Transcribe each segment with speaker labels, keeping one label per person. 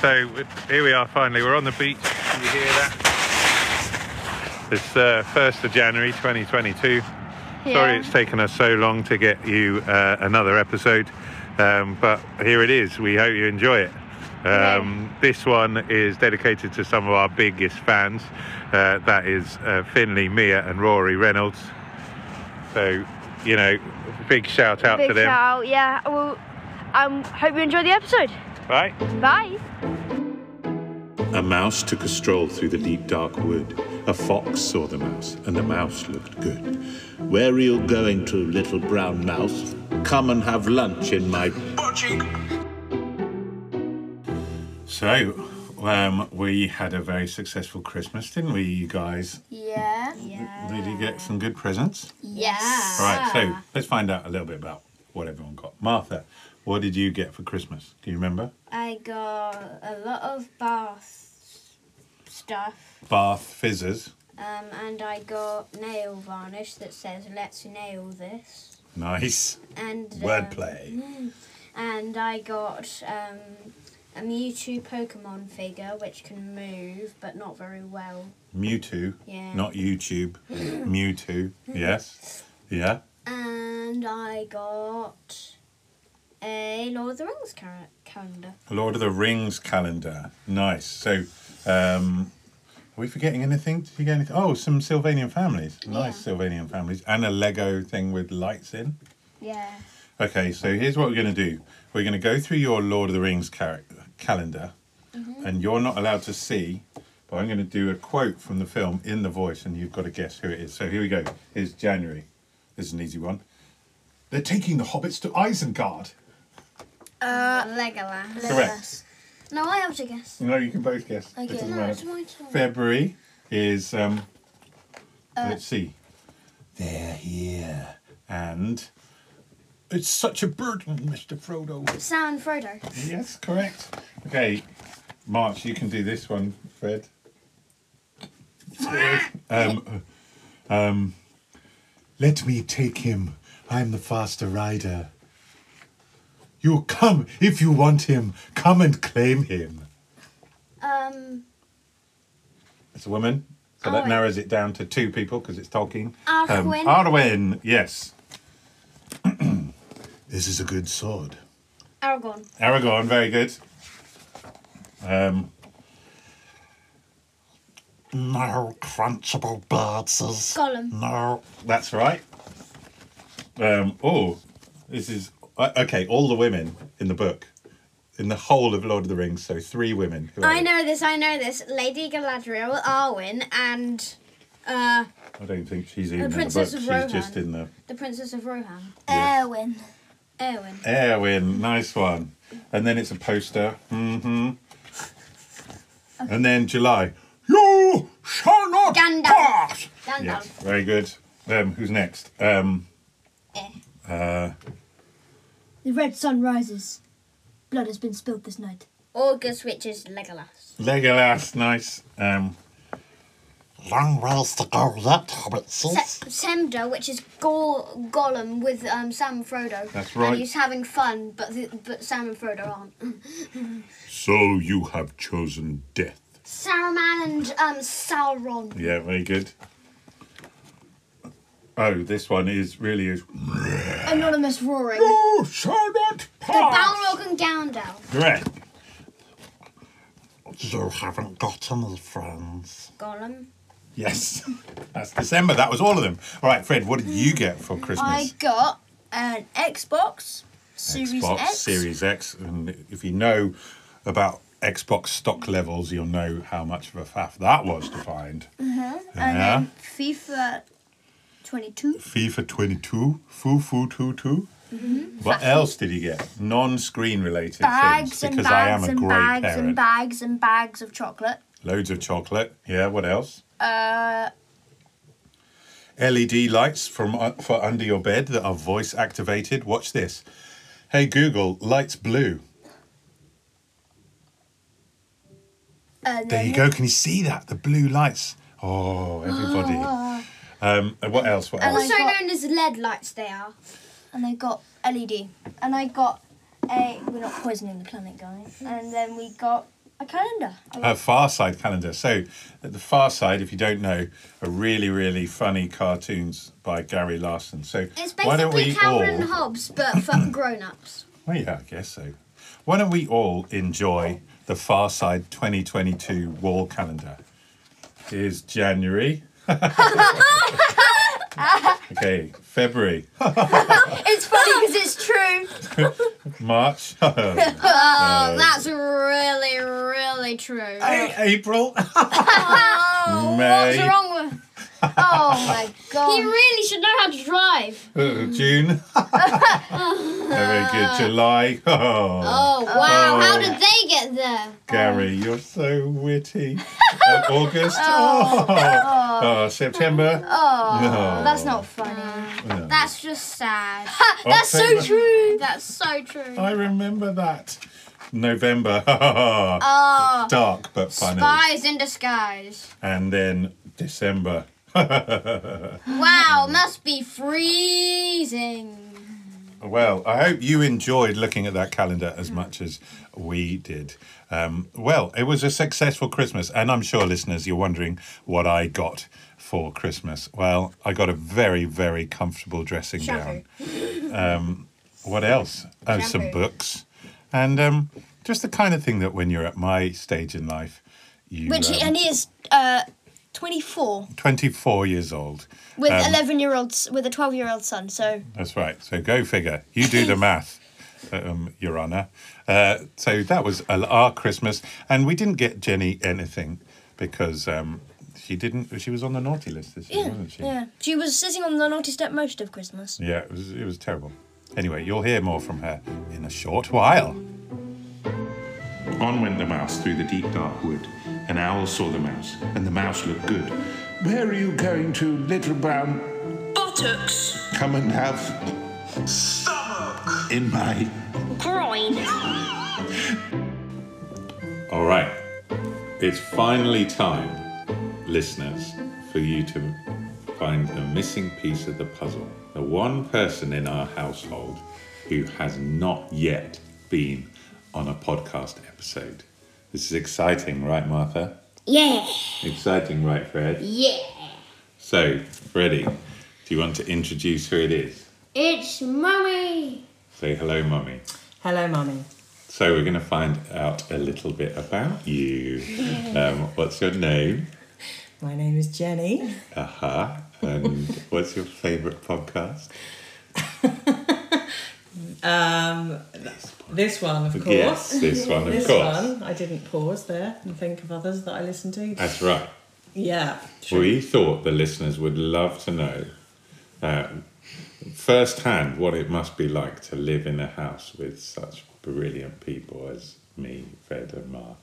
Speaker 1: So we- here we are finally. We're on the beach. Can you hear that? It's uh, 1st of January 2022. Sorry
Speaker 2: Yeah.
Speaker 1: it's taken us so long to get you uh, another episode, um, but here it is. We hope you enjoy it. Um, This one is dedicated to some of our biggest fans. Uh, that is uh, Finley, Mia, and Rory Reynolds. So, you know, big shout out
Speaker 2: Big
Speaker 1: to them.
Speaker 2: shout, yeah. Well, um, hope you enjoy the episode.
Speaker 1: Right?
Speaker 2: Bye.
Speaker 3: A mouse took a stroll through the deep dark wood. A fox saw the mouse, and the mouse looked good.
Speaker 4: Where are you going to, little brown mouse? Come and have lunch in my.
Speaker 3: So, um, we had a very successful Christmas, didn't we, you guys?
Speaker 5: Yeah.
Speaker 3: Did you get some good presents?
Speaker 5: Yes.
Speaker 3: Right, so let's find out a little bit about what everyone got. Martha, what did you get for Christmas? Do you remember?
Speaker 5: I got a lot of bath stuff,
Speaker 3: Bath fizzers.
Speaker 5: um, and I got nail varnish that says "Let's nail this."
Speaker 3: Nice.
Speaker 5: And um,
Speaker 3: Wordplay.
Speaker 5: And I got um, a Mewtwo Pokemon figure which can move, but not very well.
Speaker 3: Mewtwo.
Speaker 5: Yeah.
Speaker 3: Not YouTube. Mewtwo. Yes. Yeah.
Speaker 5: And I got a Lord of the Rings car- calendar.
Speaker 3: Lord of the Rings calendar. Nice. So, um, are we forgetting anything? Did you get anything? Oh, some Sylvanian families. Nice Sylvanian families. And a Lego thing with lights in.
Speaker 5: Yeah.
Speaker 3: Okay, so here's what we're going to do we're going to go through your Lord of the Rings car- calendar, and you're not allowed to see, but I'm going to do a quote from the film in the voice, and you've got to guess who it is. So here we go. Here's January. This is an easy one. They're taking the hobbits to Isengard.
Speaker 5: Legolas.
Speaker 3: Correct.
Speaker 5: No, Uh, I have to guess.
Speaker 3: No, you can both guess. It doesn't matter.
Speaker 5: my turn.
Speaker 3: February is um let's see. They're here. And it's such a burden, Mr. Frodo.
Speaker 5: Sam and Frodo.
Speaker 3: Yes, correct. Okay, March, you can do this one, Fred. um, um, let me take him. I'm the faster rider. You come if you want him. Come and claim him.
Speaker 5: Um,
Speaker 3: It's a woman. So
Speaker 5: Arwen.
Speaker 3: that narrows it down to two people because it's Tolkien.
Speaker 5: Arwen.
Speaker 3: Arwen, yes. this is a good sword.
Speaker 5: Aragorn.
Speaker 3: Aragorn, very good. Um,
Speaker 6: No crunchable blitzes.
Speaker 5: Gollum.
Speaker 6: No.
Speaker 3: that's right. Um, oh, this is uh, okay. All the women in the book, in the whole of Lord of the Rings, so three women. Who are
Speaker 5: I
Speaker 3: they?
Speaker 5: know this, I know this. Lady Galadriel, Arwen, and uh,
Speaker 3: I don't think she's even in the book.
Speaker 5: Princess
Speaker 3: She's
Speaker 5: of Rohan.
Speaker 3: just in the
Speaker 5: the Princess of Rohan.
Speaker 3: Erwin.
Speaker 5: Erwin.
Speaker 3: Oh, Erwin, nice one. And then it's a poster. Mm-hmm. And then July. You shall not
Speaker 5: Gandalf.
Speaker 3: pass.
Speaker 5: Gandalf.
Speaker 3: Yes, very good. Um, who's next? Um, uh,
Speaker 7: The red sun rises. Blood has been spilled this night.
Speaker 5: August, which is Legolas.
Speaker 3: Legolas, nice. Um,
Speaker 6: Long ways to go yet,
Speaker 3: Oh.
Speaker 6: hobbitses.
Speaker 5: Se- Semda, which is Go- Gollum with um, Sam and Frodo.
Speaker 3: That's right.
Speaker 5: And he's having fun, but th- but Sam and Frodo aren't.
Speaker 3: so you have chosen death.
Speaker 5: Saruman and um, Sauron.
Speaker 3: Yeah, very good. Oh, this one is really is.
Speaker 7: Anonymous roaring.
Speaker 3: You shall not
Speaker 5: The
Speaker 3: pass.
Speaker 5: Balrog and Gandalf.
Speaker 3: Correct.
Speaker 6: You haven't got any friends.
Speaker 5: Gollum.
Speaker 3: Yes, that's December. That was all of them. All right, Fred, what did you get for
Speaker 7: I
Speaker 3: Christmas?
Speaker 7: got an Xbox Series
Speaker 3: Xbox
Speaker 7: X.
Speaker 3: Series X. And if you know about Xbox stock levels, you'll know how much of a faff that was to find.
Speaker 7: And
Speaker 3: Yeah.
Speaker 7: then FIFA 22.
Speaker 3: FIFA 22, Foo Foo 22. What else did you get? Non screen related
Speaker 7: Mm-hmm. Bags
Speaker 3: things.
Speaker 7: and
Speaker 3: Because I am
Speaker 7: bags
Speaker 3: a
Speaker 7: and
Speaker 3: great
Speaker 7: bags
Speaker 3: parent.
Speaker 7: and bags and bags of chocolate.
Speaker 3: Loads of chocolate. Yeah, what else?
Speaker 7: Uh,
Speaker 3: LED lights from uh, for under your bed that are voice activated. Watch this. Hey Google, lights blue.
Speaker 7: and
Speaker 3: There
Speaker 7: then
Speaker 3: you go. Can you see that? The blue lights. Oh, everybody. Um, and what else? What
Speaker 7: And
Speaker 3: else?
Speaker 5: Also
Speaker 7: got-
Speaker 5: known as lead lights, they are.
Speaker 7: and I got E LED. And I got a. We're not poisoning the planet, guys. And then we got A calendar. I like
Speaker 3: A Far Side calendar. So, at the Far Side, if you don't know, are really, really funny cartoons by Gary Larson. So,
Speaker 5: It's
Speaker 3: why don't
Speaker 5: basically
Speaker 3: we all?
Speaker 5: Calvin and Hobbes, but for grown ups.
Speaker 3: Well, yeah, I guess so. Why don't we all enjoy the Far Side 2022 wall calendar? Here's January. okay, February,
Speaker 2: It's funny because it's true.
Speaker 3: March,
Speaker 5: Oh, that's really, really true.
Speaker 3: April,
Speaker 5: Oh, what's
Speaker 3: May.
Speaker 5: wrong with? Oh my god.
Speaker 2: He
Speaker 5: really should know how to drive.
Speaker 3: uh, June. Very good. July.
Speaker 5: Oh wow! How did they get there?
Speaker 3: Gary, you're so witty. Uh, August. Oh. Oh, September. Oh,
Speaker 2: That's not funny.
Speaker 5: That's just sad.
Speaker 3: That's so
Speaker 5: true. That's so true.
Speaker 3: I remember that. November. Oh. Dark but funny.
Speaker 5: Spies in disguise.
Speaker 3: And then December.
Speaker 5: Wow, must be freezing.
Speaker 3: Well, I hope you enjoyed looking at that calendar as much as we did. Um, well, it was a successful Christmas, and I'm sure, listeners, you're wondering what I got for Christmas. Well, I got a very, very comfortable dressing gown. Um, What else? Oh, some books, and um, just the kind of thing that when you're at my stage in life, you
Speaker 7: Which
Speaker 3: um,
Speaker 7: and he is uh, 24
Speaker 3: 24 years old.
Speaker 7: with
Speaker 3: Um,
Speaker 7: 11 year olds with a 12 year old son. So
Speaker 3: That's right. So go figure. You do the math, um, Your Honour. Uh, so that was a- our Christmas, and we didn't get Jenny anything because um, she didn't. She was on the naughty list this
Speaker 1: Oh,
Speaker 3: year, wasn't she?
Speaker 7: yeah, she was sitting on the naughty step most of Christmas.
Speaker 3: Yeah. It was. It was terrible. Anyway, you'll hear more from her in a short while.
Speaker 8: On went the mouse through the deep dark wood. An owl saw the mouse, and the mouse looked good. Where are you going to, little brown?
Speaker 9: buttocks,
Speaker 8: Come and have stomach in my.
Speaker 9: groin,
Speaker 3: All right. It's finally time, listeners, for you to find the missing piece of the puzzle. The one person in our household who has not yet been on a podcast episode. This is exciting, right, Martha?
Speaker 5: Yeah.
Speaker 3: Exciting, right, Fred?
Speaker 5: Yeah.
Speaker 3: So, Freddie, do you want to introduce who it is?
Speaker 5: It's mummy.
Speaker 3: Say hello, Mummy.
Speaker 10: Hello, Mummy.
Speaker 3: So, we're going to find out a little bit about you. Um, what's your name?
Speaker 10: My name is Jenny.
Speaker 3: Aha. And what's your favourite podcast?
Speaker 10: This one, of course.
Speaker 3: Yes, this one, of
Speaker 10: This
Speaker 3: course.
Speaker 10: one. I didn't pause there and think of others that I listen to.
Speaker 3: That's right.
Speaker 10: yeah.
Speaker 3: We thought the listeners would love to know uh, firsthand what it must be like to live in a house with such brilliant people as me, Fred, and Martha.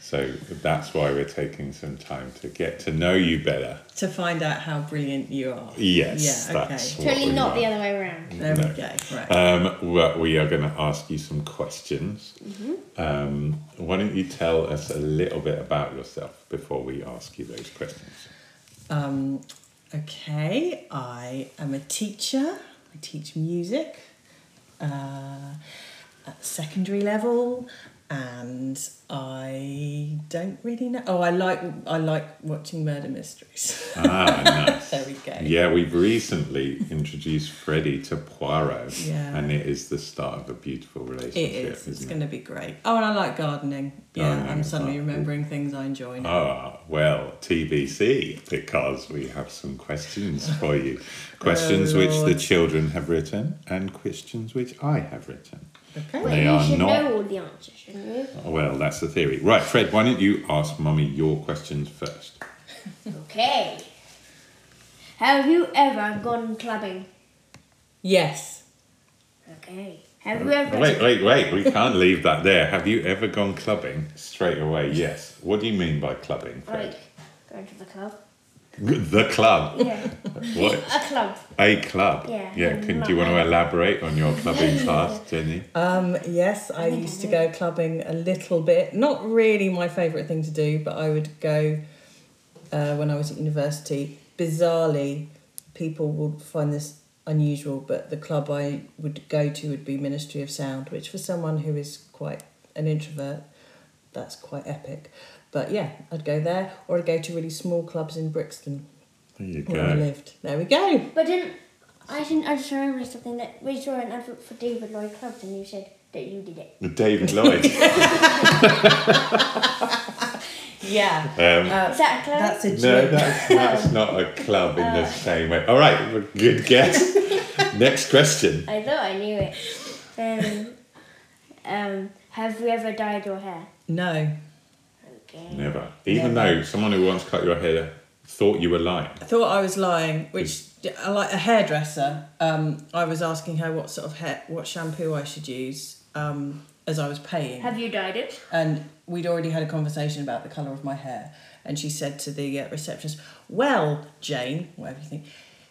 Speaker 3: So that's why we're taking some time to get to know you better.
Speaker 10: To find out how brilliant you are.
Speaker 3: Yes,
Speaker 10: Yeah, okay.
Speaker 3: that's what
Speaker 5: Totally
Speaker 3: we
Speaker 5: not
Speaker 3: are.
Speaker 5: the other way around.
Speaker 10: There
Speaker 3: No.
Speaker 10: we go. Right.
Speaker 3: Um, well, we are going to ask you some questions.
Speaker 5: Mm-hmm.
Speaker 3: Um, why don't you tell us a little bit about yourself before we ask you those questions?
Speaker 10: Um, okay, I am a teacher. I teach music uh, at secondary level, and I don't really know. Oh, I like I like watching murder mysteries.
Speaker 3: Ah, nice.
Speaker 10: there we go.
Speaker 3: Yeah, we've recently introduced Freddie to Poirot,
Speaker 10: Yeah.
Speaker 3: and it is the start of a beautiful
Speaker 10: It
Speaker 3: relationship.
Speaker 10: is. It's
Speaker 3: isn't
Speaker 10: going to be great. Oh, and I like gardening. Yeah, Uh-huh.
Speaker 3: Gardening
Speaker 10: I'm
Speaker 3: as
Speaker 10: suddenly
Speaker 3: well.
Speaker 10: remembering things I enjoy now.
Speaker 3: Ah, well, TBC, because we have some questions for you. Questions which the
Speaker 10: Lord.
Speaker 3: children have written and questions which I have written.
Speaker 10: Okay.
Speaker 3: They are
Speaker 5: You
Speaker 3: not. Mm-hmm.
Speaker 5: know all the answers, shouldn't you?
Speaker 3: Well, that's the theory. Right, Fred, why don't you ask Mummy your questions first?
Speaker 5: Okay. Have you ever gone clubbing?
Speaker 10: Yes.
Speaker 5: Okay. Have you ever?
Speaker 3: Wait, wait, wait. We can't leave that there. Have you ever gone clubbing? Straight away, yes. What do you mean by clubbing, Fred?
Speaker 5: Like going to the club?
Speaker 3: The club.
Speaker 5: Yeah.
Speaker 3: What?
Speaker 5: A club.
Speaker 3: A club.
Speaker 5: Yeah,
Speaker 3: Yeah.
Speaker 5: a
Speaker 3: Can, do you want
Speaker 5: club.
Speaker 3: to elaborate on your clubbing past, Jenny?
Speaker 10: Um, yes, I used to go clubbing a little bit. Not really my favourite thing to do, but I would go uh, when I was at university. Bizarrely, people would find this unusual, but the club I would go to would be Ministry of Sound, which for someone who is quite an introvert that's quite epic. But yeah, I'd go there, or I'd go to really small clubs in Brixton
Speaker 3: There you
Speaker 10: where I
Speaker 3: go.
Speaker 10: lived. There we go.
Speaker 11: But didn't I didn't I just remembered something that we saw an advert for David Lloyd Clubs and you said that you did it.
Speaker 3: With David Lloyd. Um,
Speaker 10: Yeah.
Speaker 3: Um,
Speaker 11: Is that a club?
Speaker 10: That's a
Speaker 3: No,
Speaker 10: joke.
Speaker 3: that's, that's not a club in the same way. All right, good guess. Next question.
Speaker 11: I thought I knew it. Um, um, have you ever dyed your hair?
Speaker 10: No.
Speaker 11: Okay.
Speaker 3: Never. Even though someone who once cut your hair thought you were lying.
Speaker 10: I thought I was lying, which I like a hairdresser. Um, I was asking her what sort of hair, what shampoo I should use um, as I was paying.
Speaker 11: Have you dyed it?
Speaker 10: and we'd already had a conversation about the colour of my hair. And she said to the uh, receptionist, Well, Jane, whatever you think,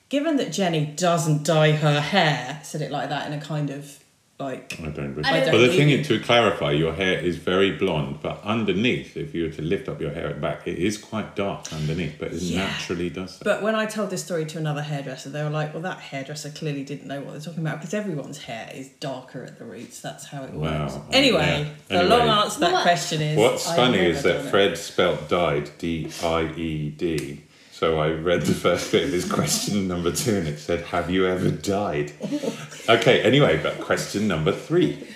Speaker 10: given that Jenny doesn't dye her hair, said it like that in a kind of like.
Speaker 3: I don't
Speaker 10: I
Speaker 3: believe.
Speaker 10: don't
Speaker 3: But the
Speaker 10: believe
Speaker 3: thing
Speaker 10: you.
Speaker 3: is, to clarify, your hair is very blonde, but underneath, if you were to lift up your hair at the back, it is quite dark underneath, but it
Speaker 10: Yeah.
Speaker 3: naturally does that.
Speaker 10: But when I told this story to another hairdresser, they were like, Well, that hairdresser clearly didn't know what they're talking about because everyone's hair is darker at the roots. That's how it
Speaker 3: Wow.
Speaker 10: works. Anyway,
Speaker 3: Yeah.
Speaker 10: the long
Speaker 3: Anyway.
Speaker 10: answer to that
Speaker 11: What-
Speaker 10: question is.
Speaker 3: What's
Speaker 10: I've
Speaker 3: funny
Speaker 10: never
Speaker 3: is
Speaker 10: done
Speaker 3: that
Speaker 10: it.
Speaker 3: Fred spelt died D I E D. So I read the first bit of his question number two and it said, Have you ever died? okay, anyway, but question number three.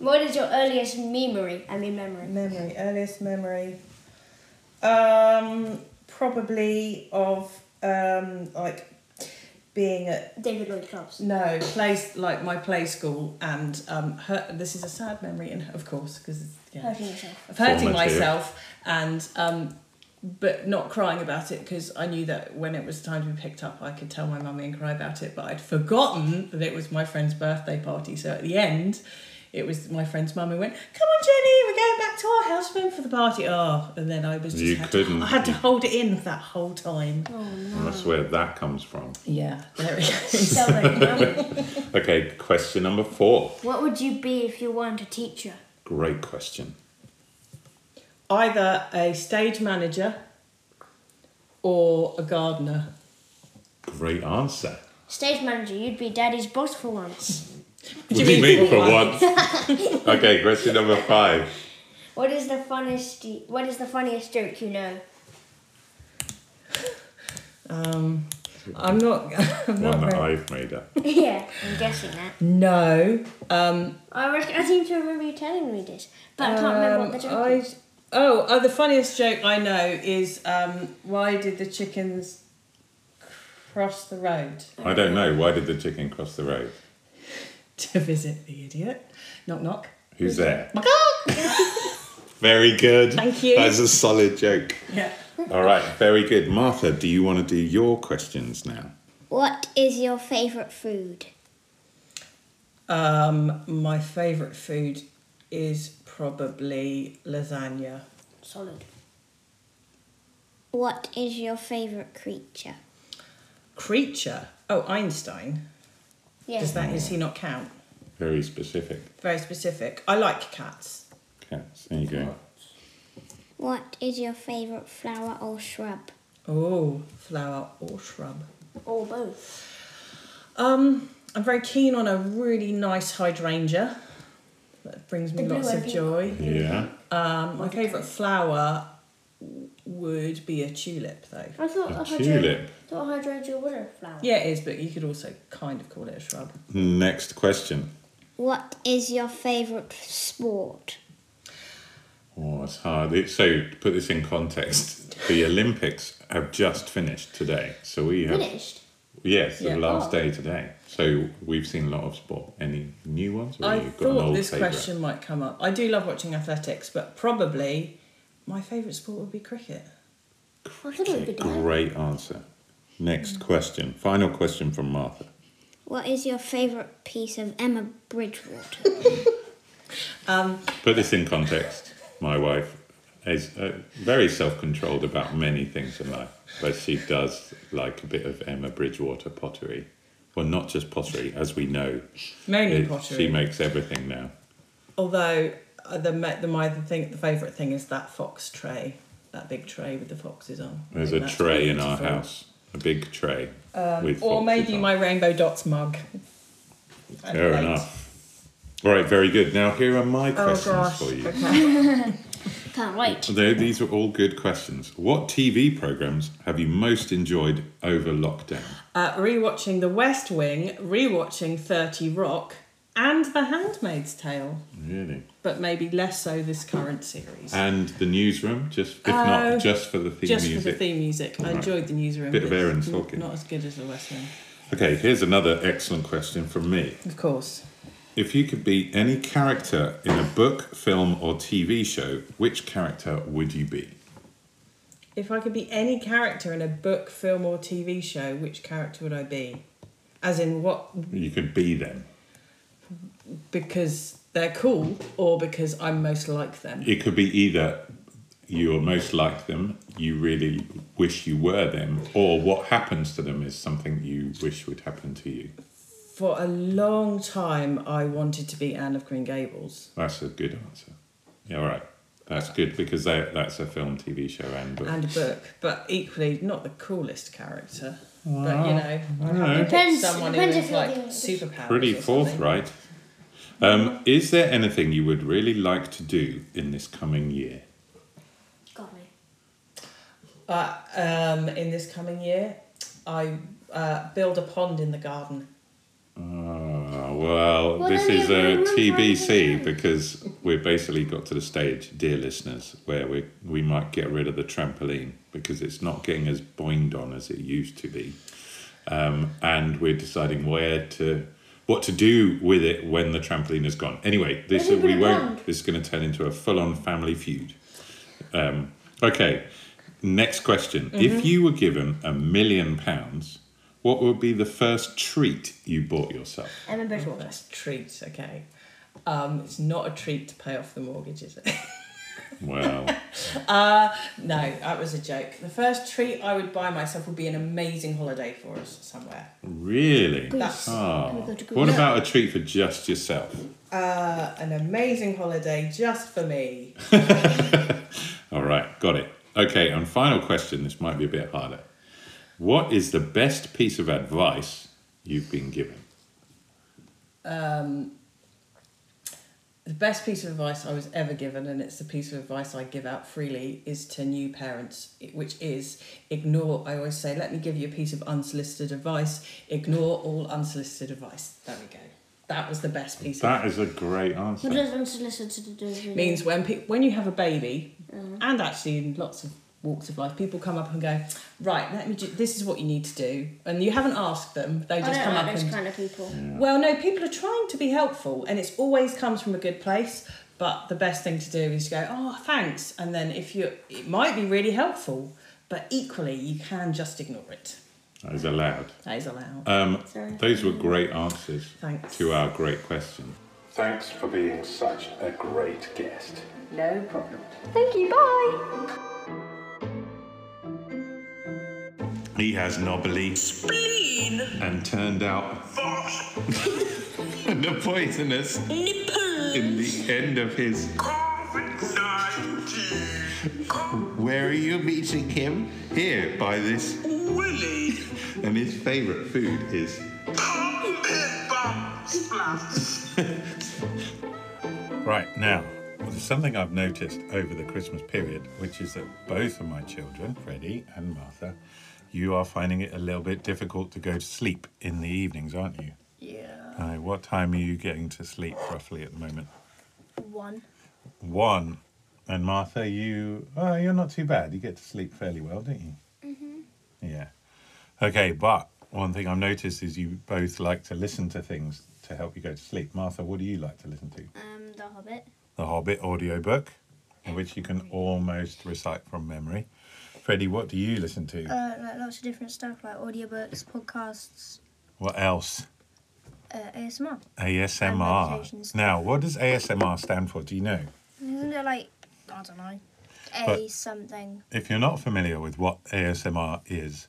Speaker 11: What is your earliest memory? I mean memory.
Speaker 10: Memory, earliest memory. Um, probably of um, like being at
Speaker 11: David Lloyd Clubs.
Speaker 10: no place like my play school and um, hurt, this is a sad memory and of course because yeah
Speaker 11: Hurting yourself.
Speaker 10: of hurting
Speaker 3: Formative.
Speaker 10: myself and um, but not crying about it because I knew that when it was time to be picked up I could tell my mummy and cry about it but I'd forgotten that it was my friend's birthday party so at the end it was my friend's mum who went come on Jenny we're going back to our house room for the party oh and then I was just
Speaker 3: You
Speaker 10: had to-
Speaker 3: couldn't.
Speaker 10: I had to hold it in that whole time
Speaker 11: Oh.
Speaker 3: And that's where that comes from.
Speaker 10: yeah there we go
Speaker 11: Sorry.
Speaker 3: Okay, question number four.
Speaker 11: what would you be if you weren't a teacher?
Speaker 3: Great question.
Speaker 10: either a stage manager or a gardener.
Speaker 3: Great answer.
Speaker 11: Stage manager, you'd be daddy's boss for once.
Speaker 10: do you
Speaker 3: What
Speaker 10: mean for
Speaker 3: for once? okay, question number five.
Speaker 11: what is the funniest? What is the funniest joke you know?
Speaker 10: Um, I'm not. I'm not
Speaker 3: One that
Speaker 10: very,
Speaker 3: I've made up.
Speaker 11: yeah, I'm guessing that.
Speaker 10: no. Um,
Speaker 11: I, rec- I seem to remember you telling me this, but I can't remember what the joke
Speaker 10: um, I-
Speaker 11: was.
Speaker 10: oh, oh, the funniest joke I know is um, why did the chickens cross the road
Speaker 3: I don't know. Why did the chicken cross the road?
Speaker 10: to visit the idiot? Knock knock.
Speaker 3: Who's there?
Speaker 10: Macaw!
Speaker 3: Very good.
Speaker 10: Thank you.
Speaker 3: That's a solid joke.
Speaker 10: Yeah.
Speaker 3: All right, very good. Martha, do you want to do your questions now?
Speaker 11: What is your favourite food?
Speaker 10: Um, my favourite food is probably lasagna.
Speaker 11: Solid. What is your favourite creature?
Speaker 10: Creature. Oh, Einstein.
Speaker 11: Yeah.
Speaker 10: Does that is he not count?
Speaker 3: Very specific.
Speaker 10: Very specific. I like cats.
Speaker 3: Cats. There you go.
Speaker 11: What is your favourite flower or shrub?
Speaker 10: Oh, flower or shrub.
Speaker 11: Or both.
Speaker 10: Um, I'm very keen on a really nice hydrangea. That brings me
Speaker 11: The blue
Speaker 10: lots
Speaker 11: and
Speaker 10: of
Speaker 11: pink.
Speaker 10: joy.
Speaker 3: Yeah.
Speaker 10: Um, my favourite flower w- would be a tulip, though.
Speaker 11: I thought
Speaker 3: A
Speaker 11: a
Speaker 3: tulip.
Speaker 11: hydrangea. Thought a hydrangea was a flower.
Speaker 10: Yeah, it is, but you could also kind of call it a shrub.
Speaker 3: Next question.
Speaker 11: What is your favourite sport?
Speaker 3: Oh, it's hard. It, so, to put this in context, the Olympics have just finished today. So we have.
Speaker 11: Finished.
Speaker 3: Yes, the
Speaker 10: Yeah.
Speaker 3: last
Speaker 11: Oh.
Speaker 3: day today. So we've seen a lot of sport. Any new ones? Or
Speaker 10: I
Speaker 3: you've got an
Speaker 10: thought
Speaker 3: old
Speaker 10: this
Speaker 3: favourite?
Speaker 10: question might come up. I do love watching athletics, but probably my favourite sport would be cricket.
Speaker 11: I thought it was a good idea.
Speaker 3: Great answer. Next question. Final question from Martha.
Speaker 11: What is your favourite piece of Emma Bridgewater?
Speaker 3: Put this in context. My wife is uh, very self-controlled about many things in life, but she does like a bit of Emma Bridgewater pottery. Well, not just pottery, as we know.
Speaker 10: Mainly
Speaker 3: It-
Speaker 10: pottery.
Speaker 3: She makes everything now.
Speaker 10: Although uh, the ma- the my the thing the favourite thing is that fox tray, that big tray with the foxes on. I
Speaker 3: There's
Speaker 10: think
Speaker 3: a
Speaker 10: that's
Speaker 3: tray in our
Speaker 10: beautiful. Um,
Speaker 3: house, a big tray with.
Speaker 10: Or
Speaker 3: foxes
Speaker 10: maybe
Speaker 3: on.
Speaker 10: my rainbow dots mug. And
Speaker 3: Fair
Speaker 10: plate.
Speaker 3: enough. All right, very good. Now here are my
Speaker 10: Oh
Speaker 3: questions
Speaker 10: gosh.
Speaker 3: for you.
Speaker 10: Okay.
Speaker 5: Can't wait.
Speaker 3: Although these are all good questions. What TV programs have you most enjoyed over lockdown?
Speaker 10: Uh, rewatching The West Wing, rewatching 30 Rock, and The Handmaid's Tale,
Speaker 3: Really?
Speaker 10: but maybe less so this current series.
Speaker 3: And the newsroom, just if
Speaker 10: Oh,
Speaker 3: not just for the theme
Speaker 10: just
Speaker 3: music.
Speaker 10: for the theme music. I
Speaker 3: Right.
Speaker 10: enjoyed the newsroom.
Speaker 3: Bit of
Speaker 10: but
Speaker 3: Aaron
Speaker 10: n-
Speaker 3: talking.
Speaker 10: Not as good as The West Wing.
Speaker 3: Okay, here's another excellent question from me.
Speaker 10: Of course.
Speaker 3: If you could be any character in a book, film, or TV show, which character would you be?
Speaker 10: If I could be any character in a book, film, or TV show, which character would I be? As in, what?
Speaker 3: You could be them.
Speaker 10: Because they're cool, or because I'm most like them?
Speaker 3: It could be either you are most like them, you really wish you were them, or what happens to them is something you wish would happen to you.
Speaker 10: For a long time, I wanted to be Anne of Green Gables.
Speaker 3: That's a good answer. Yeah, all right. That's good because that, that's a film, TV show, and book.
Speaker 10: and a book, but equally not the coolest character. but you
Speaker 3: Wow.
Speaker 10: know,
Speaker 3: I
Speaker 10: I
Speaker 3: don't know.
Speaker 10: have
Speaker 11: Depends-
Speaker 10: someone who
Speaker 11: depends
Speaker 10: is
Speaker 11: if you're
Speaker 10: like
Speaker 11: doing-
Speaker 10: superpowers.
Speaker 3: Pretty
Speaker 10: or something.
Speaker 3: forthright. Um, is there anything you would really like to do in this coming year?
Speaker 11: Got me.
Speaker 10: Uh, um, in this coming year, I uh, build a pond in the garden.
Speaker 3: Ah, well,
Speaker 10: Well,
Speaker 3: this
Speaker 10: then
Speaker 3: is uh,
Speaker 10: you
Speaker 3: a
Speaker 10: ruined
Speaker 3: TBC because we've basically got to the stage, dear listeners, where we we might get rid of the trampoline because it's not getting as boinged on as it used to be, um, and we're deciding where to. What to do with it when the trampoline is gone? Anyway, this
Speaker 11: What if we
Speaker 3: we
Speaker 11: put a
Speaker 3: won't.
Speaker 11: pond?
Speaker 3: This is going to turn into a full-on family feud. Um, okay, next question. If
Speaker 10: Mhm.
Speaker 3: you were given a million pounds, what would be the first treat you bought yourself?
Speaker 10: I'm a Bridgewater. That's treats, okay. Um, it's not a treat to pay off the mortgage, is it?
Speaker 3: Well,
Speaker 10: Uh, no, that was a joke. The first treat I would buy myself would be an amazing holiday for us somewhere.
Speaker 3: really?
Speaker 10: Greece.
Speaker 3: Ah.
Speaker 10: Can we go to Greece?
Speaker 3: What about a treat for just yourself?
Speaker 10: Uh, an amazing holiday just for me.
Speaker 3: All right, got it. Okay, and final question. This might be a bit harder. What is the best piece of advice you've been given?
Speaker 10: um, the best piece of advice I was ever given, and it's the piece of advice I give out freely, is to new parents, which is ignore. I always say, let me give you a piece of unsolicited advice. Ignore all unsolicited advice. There we go. That was the best piece. of
Speaker 3: That is a great answer.
Speaker 11: What does unsolicited do? really?
Speaker 10: means when pe- when you have a baby,
Speaker 11: Mhm.
Speaker 10: and actually in lots of walks of life, people come up and go, right, let me. Do, this is what you need to do, and you haven't asked them. They
Speaker 11: I
Speaker 10: just
Speaker 11: don't
Speaker 10: come
Speaker 11: like
Speaker 10: up
Speaker 11: those
Speaker 10: and
Speaker 11: kind of people.
Speaker 10: well, no, people are trying to be helpful, and it's always comes from a good place. But the best thing to do is to go, oh, thanks, and then if you, it might be really helpful, but equally you can just ignore it.
Speaker 3: That is allowed.
Speaker 10: That is allowed.
Speaker 3: Um,
Speaker 10: Sorry.
Speaker 3: those were great answers
Speaker 10: Thanks.
Speaker 3: to our great question. Thanks for being such a great guest.
Speaker 10: No problem.
Speaker 2: Thank you, bye.
Speaker 8: He has knobbly
Speaker 3: and turned out the poisonous in the end of his Where are you meeting him? Here by this Willie. and his favourite food is Right now, there's something I've noticed over the Christmas period, which is that both of my children, Freddie and Martha, you are finding it a little bit difficult to go to sleep in the evenings, aren't you?
Speaker 7: Yeah.
Speaker 3: Uh, what time are you getting to sleep roughly at the moment?
Speaker 7: One.
Speaker 3: One. And Martha, you oh, you're not too bad. You get to sleep fairly well, don't you?
Speaker 7: Mm-hmm.
Speaker 3: Yeah. Okay, but one thing I've noticed is you both like to listen to things to help you go to sleep. Martha, what do you like to listen to?
Speaker 5: Um, The Hobbit.
Speaker 3: The Hobbit audiobook, Mm-hmm. in which you can almost recite from memory. Freddie, what do you listen to?
Speaker 7: Uh, like lots of different stuff like audiobooks, podcasts,
Speaker 3: what else?
Speaker 7: uh, ASMR.
Speaker 3: ASMR.
Speaker 7: meditations.
Speaker 3: Now, what does ASMR stand for? Do you know?
Speaker 7: Isn't it like I don't know, a
Speaker 3: But-
Speaker 7: something?
Speaker 3: If you're not familiar with what ASMR is,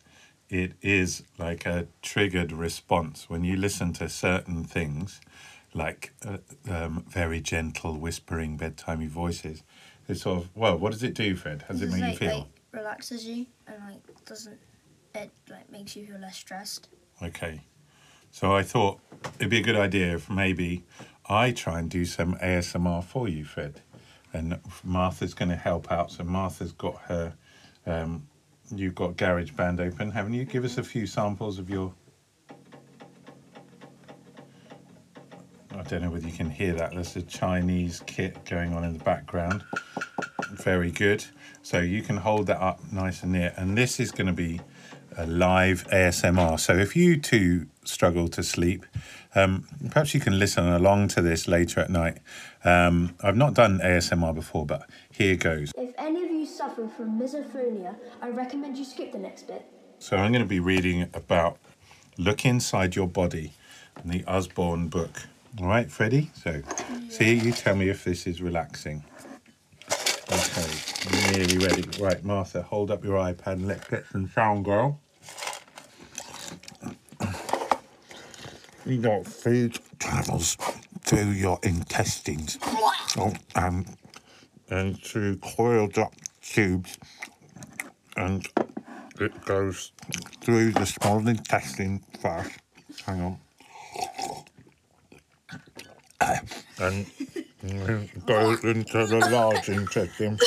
Speaker 3: it is like a triggered response when you listen to certain things, like uh, um, very gentle whispering bedtimey voices. It's sort of well, what does it do, Fred? How does it
Speaker 7: It's
Speaker 3: make
Speaker 7: like,
Speaker 3: you feel?
Speaker 7: Like, relaxes you and like doesn't it like makes you feel less stressed?
Speaker 3: Okay. So I thought it'd be a good idea if maybe I try and do some ASMR for you, Fred. and Martha's going to help out. So Martha's got her. Um, you've got Garage Band open, haven't you? Give us a few samples of your. I don't know whether you can hear that. There's a Chinese kit going on in the background. Very good. So you can hold that up nice and near. And this is going to be a live ASMR. So if you too struggle to sleep, um, perhaps you can listen along to this later at night. Um, I've not done ASMR before, but here goes.
Speaker 11: If any of you suffer from misophonia, I recommend you skip the next bit.
Speaker 3: So I'm going to be reading about Look Inside Your Body in the Osborne book. All right, Freddie? So see, you tell me if this is relaxing. Okay, I'm nearly ready. Right, Martha, hold up your iPad and let's get some sound, girl. You got food travels through your intestines oh, um, and through coiled up tubes, and it goes through the small intestine first. Hang on. and it goes into the large intestine.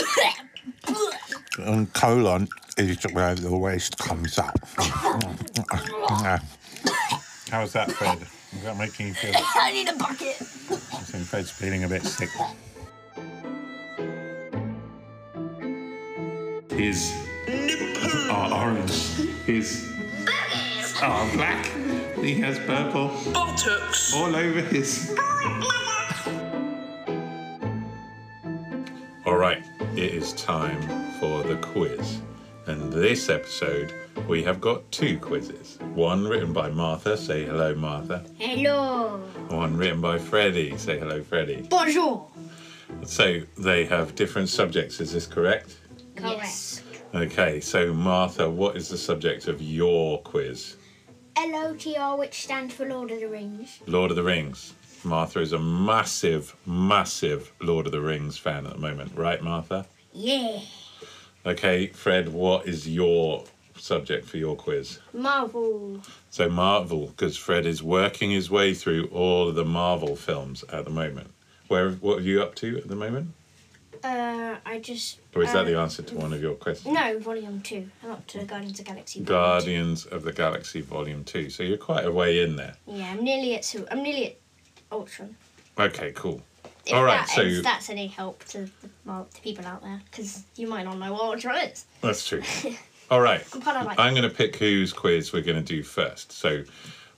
Speaker 3: And colon is where the waste comes out. How's that, Fred? Is that making you feel?
Speaker 12: I need a bucket.
Speaker 3: I think Fred's feeling a bit sick.
Speaker 13: His are orange. His are black. He has purple
Speaker 12: Buttocks.
Speaker 13: all over his.
Speaker 3: All right, it is time for the quiz. And this episode, we have got two quizzes. One written by Martha, say hello, Martha.
Speaker 14: Hello.
Speaker 3: One written by Freddie, say hello, Freddie.
Speaker 14: Bonjour.
Speaker 3: So they have different subjects, is this correct?
Speaker 14: Correct. Yes.
Speaker 3: Okay, so Martha, what is the subject of your quiz?
Speaker 5: LOTR, which stands for Lord of the Rings.
Speaker 3: Lord of the Rings. Martha is a massive, massive Lord of the Rings fan at the moment, right, Martha?
Speaker 14: Yeah.
Speaker 3: Okay, Fred, what is your subject for your quiz?
Speaker 14: Marvel.
Speaker 3: So Marvel, because Fred is working his way through all of the Marvel films at the moment. Where, what are you up to at the moment?
Speaker 14: Uh, I just.
Speaker 3: Or is that
Speaker 14: uh,
Speaker 3: the answer to one of your questions?
Speaker 14: No, Volume Two. I'm up to the Guardians of the Galaxy. Volume Two.
Speaker 3: Guardians of the Galaxy Volume Two. So you're quite a way in there.
Speaker 14: Yeah, I'm nearly at. Su- I'm nearly at Ultron.
Speaker 3: Okay, cool.
Speaker 14: If
Speaker 3: All right,
Speaker 14: that,
Speaker 3: so
Speaker 14: if that's any help to the, well, to people out there, because you might not know what Ultron is.
Speaker 3: that's true. All right,
Speaker 14: I'm kinda like-
Speaker 3: I'm going to pick whose quiz we're going to do first. So,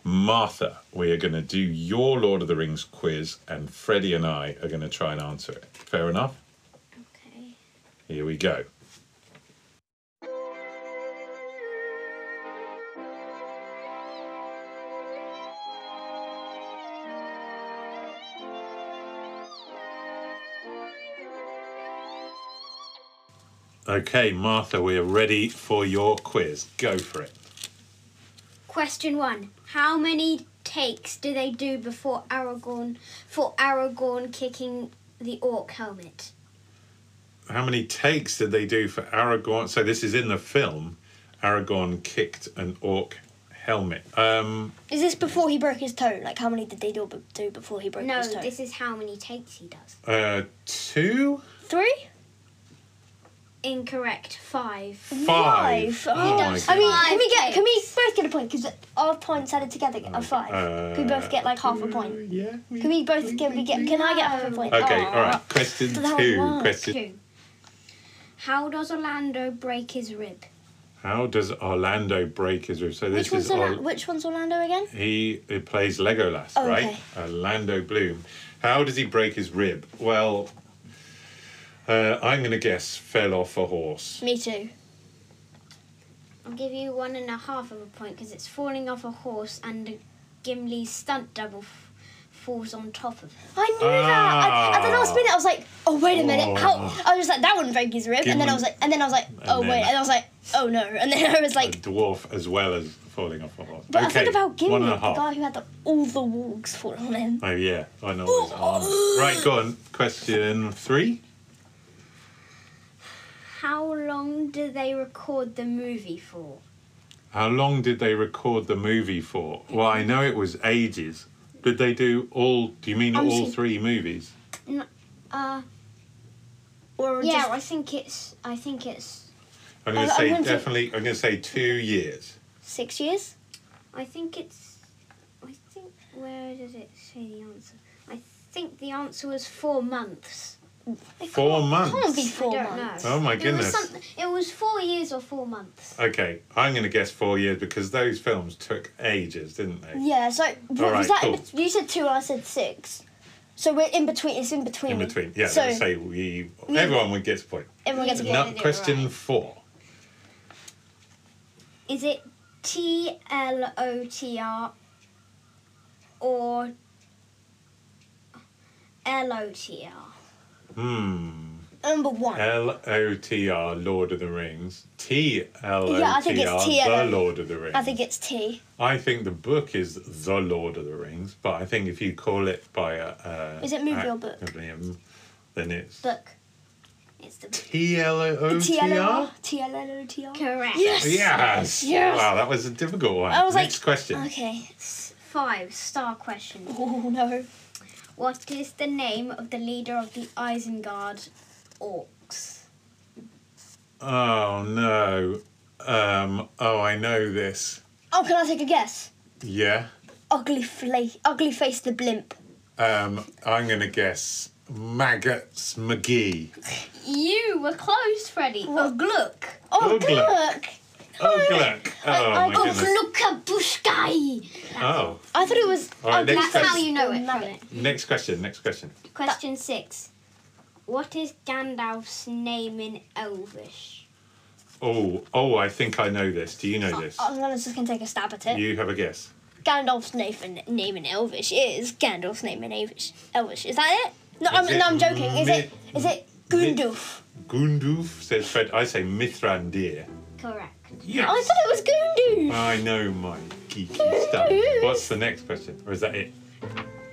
Speaker 3: Martha, we are going to do your Lord of the Rings quiz, and Freddie and I are going to try and answer it. Fair enough? Okay. Here we go. Okay, Martha, we are ready for your quiz. Go for it.
Speaker 5: Question one: How many takes do they do before Aragorn for Aragorn kicking the orc helmet?
Speaker 3: How many takes did they do for Aragorn? So this is in the film. Aragorn kicked an orc helmet. Um,
Speaker 1: Is this before he broke his toe? Like, how many did they do, do before he broke
Speaker 5: No,
Speaker 1: his toe?
Speaker 5: this is how many takes he does.
Speaker 3: uh, two,
Speaker 1: three.
Speaker 5: Incorrect. Five.
Speaker 3: five. Oh my
Speaker 1: I mean,
Speaker 3: God.
Speaker 1: can we get? Can we both get a point? Because our points added together are five. can we both get like half a point?
Speaker 3: Uh, Yeah.
Speaker 1: Can we both get? We get? Can I get half a point? Oh.
Speaker 3: Okay,
Speaker 1: Aw.
Speaker 3: all right. Question
Speaker 5: Does that
Speaker 3: two.
Speaker 5: work?
Speaker 3: Question.
Speaker 5: Two. How does Orlando break his rib?
Speaker 3: How does Orlando break his rib? So this
Speaker 1: Which one's
Speaker 3: is Or-
Speaker 1: Orlando? Which one's Orlando again?
Speaker 3: he, he plays Legolas,
Speaker 1: Oh,
Speaker 3: right?
Speaker 1: okay.
Speaker 3: Orlando Bloom. How does he break his rib? Well, uh, I'm going to guess fell off a horse.
Speaker 1: Me too.
Speaker 5: I'll give you one and a half of a point because it's falling off a horse and Gimli's stunt double f- falls on top of him.
Speaker 1: I knew that. I, and then I was spinning. I was like, oh wait a minute. How?
Speaker 3: Ah. Oh.
Speaker 1: I was like, that wouldn't break his rib.
Speaker 3: Give
Speaker 1: and then I
Speaker 3: me-
Speaker 1: was like, and then I was like, oh
Speaker 3: then-
Speaker 1: wait. And I was like, oh no. And then I was
Speaker 3: a
Speaker 1: like,
Speaker 3: dwarf as well as falling off a horse.
Speaker 1: but I think about Gimli,
Speaker 3: one and
Speaker 1: the
Speaker 3: a half.
Speaker 1: guy who had the, all the walls fall on him.
Speaker 3: Oh yeah, I know his arm. Right, go on. Question three.
Speaker 5: How long do they record the movie for?
Speaker 3: How long did they record the movie for? Well, I know it was ages. Did they do all? Do you mean
Speaker 5: I'm
Speaker 3: all
Speaker 5: seeing-
Speaker 3: three movies?
Speaker 5: N- uh,
Speaker 1: Or
Speaker 15: Yeah,
Speaker 1: just-
Speaker 15: I think it's. I think it's
Speaker 3: I'm going
Speaker 15: I-
Speaker 3: to
Speaker 15: I
Speaker 3: say
Speaker 15: want to-
Speaker 3: definitely. I'm going to say two years.
Speaker 15: six years.
Speaker 1: I think it's. I think. Where does it say the answer? I think the answer was four months.
Speaker 3: Four months.
Speaker 1: Can't be four
Speaker 15: I don't
Speaker 1: months.
Speaker 3: know. Oh
Speaker 1: It
Speaker 3: my
Speaker 1: was
Speaker 3: goodness.
Speaker 1: something- it was four years or four months.
Speaker 3: Okay, I'm going to guess four years because those films took ages, didn't they?
Speaker 15: Yeah. So what
Speaker 3: right,
Speaker 15: was that? in
Speaker 3: cool.
Speaker 15: bet- you said two. I said six. So we're in between. It's in between.
Speaker 3: In between, yeah.
Speaker 15: So
Speaker 3: let's say we everyone would get a point.
Speaker 15: everyone gets a point.
Speaker 3: Nut- question four.
Speaker 1: Is it T L O T R or L O T R?
Speaker 3: Hmm.
Speaker 15: Number one.
Speaker 3: L O T R, Lord of the Rings. T L
Speaker 15: Yeah,
Speaker 3: O
Speaker 15: I think
Speaker 3: T
Speaker 15: it's
Speaker 3: R,
Speaker 15: TLO.
Speaker 3: the Lord of the Rings.
Speaker 15: I think it's T.
Speaker 3: I think the book is The Lord of the Rings, but I think if you call it by a. a
Speaker 15: Is it movie
Speaker 3: a-
Speaker 15: or book?
Speaker 3: um, Then it's
Speaker 15: Book. It's the
Speaker 3: T L O O T R?
Speaker 15: TLOTR. Correct.
Speaker 1: Yes.
Speaker 3: Yes!
Speaker 1: Yes.
Speaker 3: Wow, that was a difficult one.
Speaker 1: I was like,
Speaker 3: Next question.
Speaker 1: Okay, s- five star question. Oh no. What is the name of the leader of the Isengard orcs?
Speaker 3: Oh, no. Um, oh, I know this.
Speaker 15: Oh, can I take a guess?
Speaker 3: Yeah.
Speaker 15: Ugly face. Ugly face. The blimp.
Speaker 3: Um, I'm going to guess Maggots McGee.
Speaker 1: You were close, Freddy. Oh, Gluck.
Speaker 3: Oh, Gluck. Oh, Gluck. Oh, my goodness. Oh.
Speaker 1: I thought it was.
Speaker 3: All right, next
Speaker 1: that's how
Speaker 3: question.
Speaker 1: you know it. Freddy.
Speaker 3: Next question, next question.
Speaker 1: Question six. What is Gandalf's name in Elvish?
Speaker 3: Oh, oh, I think I know this. Do you know this?
Speaker 15: I'm gonna just gonna take a stab at it.
Speaker 3: You have a guess.
Speaker 15: Gandalf's name in, name in Elvish is Gandalf's name in Elvish. Elvish. Is that it? No,
Speaker 3: Is
Speaker 15: I'm,
Speaker 3: it
Speaker 15: no, I'm joking. Is
Speaker 3: mi-
Speaker 15: it? Is it Gundoof?
Speaker 3: Gundoof, says Fred. I say Mithrandir.
Speaker 1: Correct.
Speaker 3: Yes.
Speaker 15: I thought it was Gundoof.
Speaker 3: I know my geeky stuff. What's the next question? Or is that it?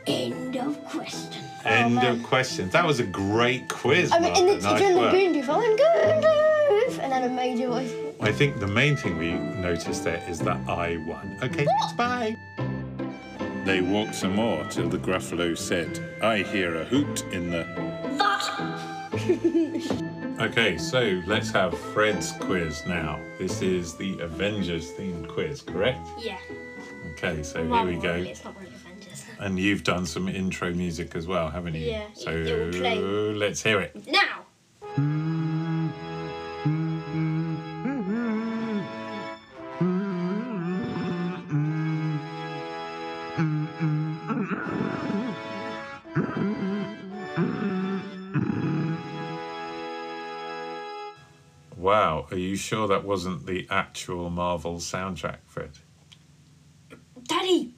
Speaker 1: End of question.
Speaker 3: End of questions. That was a great quiz.
Speaker 15: Oh, I mean, in the,
Speaker 3: Martha. Nice
Speaker 15: during the
Speaker 3: work.
Speaker 15: Gundoof, I went Gundoof, and then it made your voice.
Speaker 3: I think the main thing we noticed there is that I won. Okay, bye.
Speaker 16: They walked some more till the Gruffalo said, I hear a hoot in the.
Speaker 3: Okay, so let's have Fred's quiz now. This is the Avengers themed quiz, correct?
Speaker 17: Yeah.
Speaker 3: Okay, so
Speaker 17: Well,
Speaker 3: here we go.
Speaker 17: really, It's not really Avengers.
Speaker 3: And you've done some intro music as well, haven't you?
Speaker 17: Yeah,
Speaker 3: So
Speaker 17: it will play.
Speaker 3: let's hear it.
Speaker 17: Now.
Speaker 3: Wow, are you sure that wasn't the actual Marvel soundtrack, Fred?
Speaker 1: Daddy,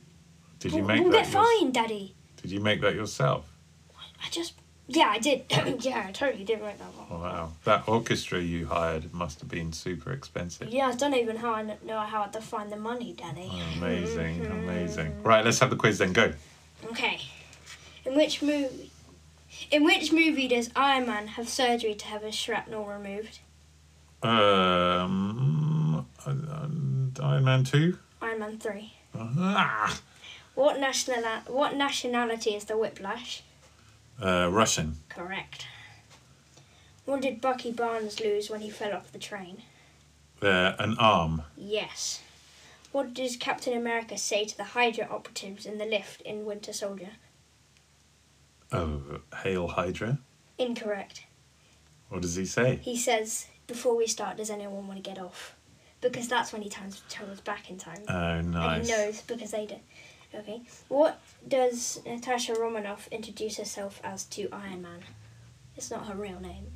Speaker 3: Did you
Speaker 1: we'll-
Speaker 3: make
Speaker 1: we'll
Speaker 3: that?
Speaker 1: get
Speaker 3: your-
Speaker 1: fined, Daddy.
Speaker 3: Did you make that yourself?
Speaker 1: I just. Yeah, I did. yeah, I totally did write that one.
Speaker 3: Wow, that orchestra you hired must have been super expensive.
Speaker 5: Yeah, I don't even how I kn- know how to find the money, Daddy.
Speaker 3: Amazing, amazing. Right, let's have the quiz then. Go.
Speaker 5: Okay. In which movie? In which movie does Iron Man have surgery to have his shrapnel removed?
Speaker 3: Um, um, Iron Man two.
Speaker 5: Iron Man three.
Speaker 3: Ah,
Speaker 5: What national What nationality is the Whiplash?
Speaker 3: uh, Russian.
Speaker 5: Correct. What did Bucky Barnes lose when he fell off the train?
Speaker 3: Uh, an arm.
Speaker 5: Yes. What does Captain America say to the Hydra operatives in the lift in Winter Soldier?
Speaker 3: Oh, hail Hydra.
Speaker 5: Incorrect.
Speaker 3: What does he say?
Speaker 5: He says, before we start, does anyone want to get off? Because that's when he turns turns back in time.
Speaker 3: Oh,
Speaker 5: And
Speaker 3: nice.
Speaker 5: he knows because they do. Okay. What does Natasha Romanoff introduce herself as to Iron Man? It's not her real name.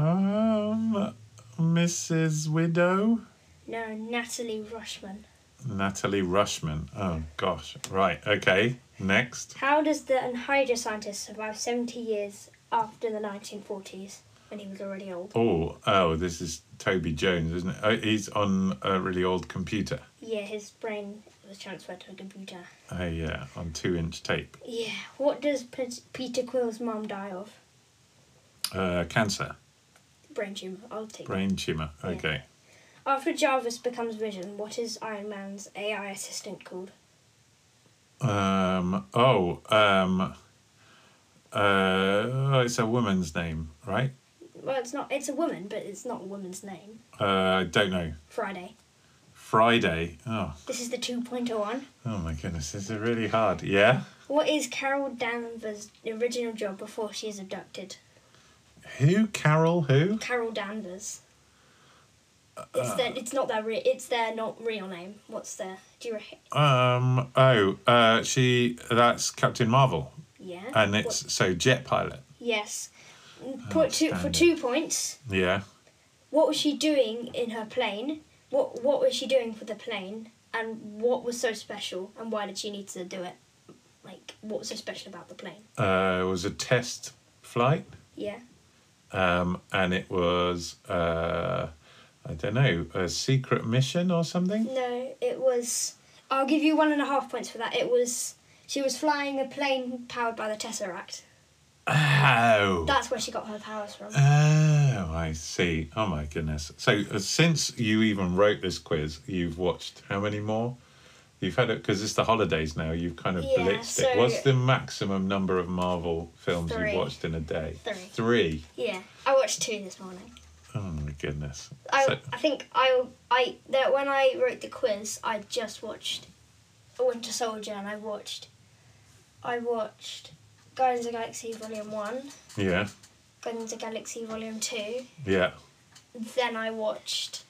Speaker 3: Um, Mrs. Widow.
Speaker 5: No, Natalie Rushman.
Speaker 3: Natalie Rushman. Oh gosh. Right. Okay. Next.
Speaker 5: How does the Hydra scientist survive 70 years after the 1940s when he was already old?
Speaker 3: Oh, oh, this is Toby Jones, isn't it? Oh, he's on a really old computer.
Speaker 5: Yeah, his brain was transferred to a computer.
Speaker 3: Oh yeah, on two-inch tape.
Speaker 5: Yeah. What does Pet- Peter Quill's mum die of?
Speaker 3: Uh, cancer,
Speaker 5: Brain tumor. I'll take that.
Speaker 3: brain tumor. Okay.
Speaker 5: After Jarvis becomes Vision, what is Iron Man's AI assistant called?
Speaker 3: Um. Oh. Um. Uh. It's a woman's name, right?
Speaker 5: well, it's not. It's a woman, but it's not a woman's name.
Speaker 3: Uh, I don't know.
Speaker 5: Friday.
Speaker 3: Friday. Oh,
Speaker 5: This is the 2.0 one.
Speaker 3: oh my goodness, this is really hard. Yeah.
Speaker 5: What is Carol Danvers' original job before she is abducted?
Speaker 3: Who? Carol? Who?
Speaker 5: Carol Danvers. It's
Speaker 3: Uh,
Speaker 5: their, It's not their. Re- it's their not real name. What's their? Do you reckon?
Speaker 3: um. Oh. Uh. She. That's Captain Marvel.
Speaker 5: Yeah.
Speaker 3: And
Speaker 5: What-
Speaker 3: it's so jet pilot.
Speaker 5: Yes. Put two for
Speaker 3: standard.
Speaker 5: two points.
Speaker 3: Yeah.
Speaker 5: What was she doing in her plane? What What was she doing for the plane? And what was so special? And why did she need to do it? Like, what was so special about the plane?
Speaker 3: Uh. It was a test flight.
Speaker 5: Yeah.
Speaker 3: Um. And it was. Uh. I don't know. A secret mission or something.
Speaker 5: No, it was. I'll give you one and a half points for that. It was. She was flying a plane powered by the Tesseract.
Speaker 3: Oh.
Speaker 5: That's where she got her powers from.
Speaker 3: Oh, I see. Oh my goodness. So uh, since you even wrote this quiz, you've watched how many more? You've had it because it's the holidays now. You've kind of
Speaker 5: Yeah,
Speaker 3: blitzed
Speaker 5: so-
Speaker 3: it. What's the maximum number of Marvel films
Speaker 5: Three.
Speaker 3: you've watched in a day?
Speaker 5: Three.
Speaker 3: Three.
Speaker 5: Yeah, I watched two this morning.
Speaker 3: Oh my goodness.
Speaker 5: I,
Speaker 3: So-
Speaker 5: I think I I that when I wrote the quiz, I just watched A Winter Soldier and I watched I watched Guardians of the Galaxy Volume One,
Speaker 3: yeah.
Speaker 5: Guardians of the Galaxy Volume Two.
Speaker 3: Yeah.
Speaker 5: Then I watched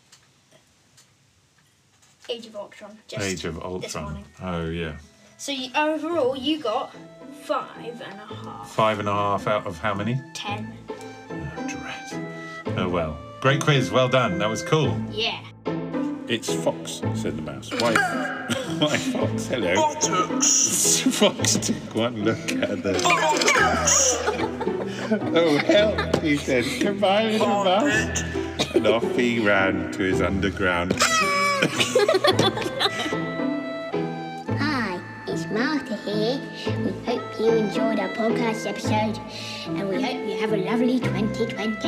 Speaker 5: Age of Ultron. Just
Speaker 3: Age of
Speaker 5: This
Speaker 3: Ultron.
Speaker 5: morning.
Speaker 3: Oh yeah.
Speaker 5: So you, overall, you got five and a half,
Speaker 3: Five and a half out of how many?
Speaker 5: ten.
Speaker 3: Oh well. Great quiz. Well done. That was cool.
Speaker 5: Yeah.
Speaker 1: It's Fox, said the mouse. Why, why Fox? Hello. Fox took one look at the. oh, help, he said. Goodbye, little mouse. And off he ran to his underground.
Speaker 18: Hi, it's Martha here. We hope you enjoyed our podcast episode and we hope you have a lovely 2022.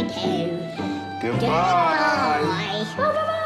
Speaker 1: Goodbye.
Speaker 18: Bye.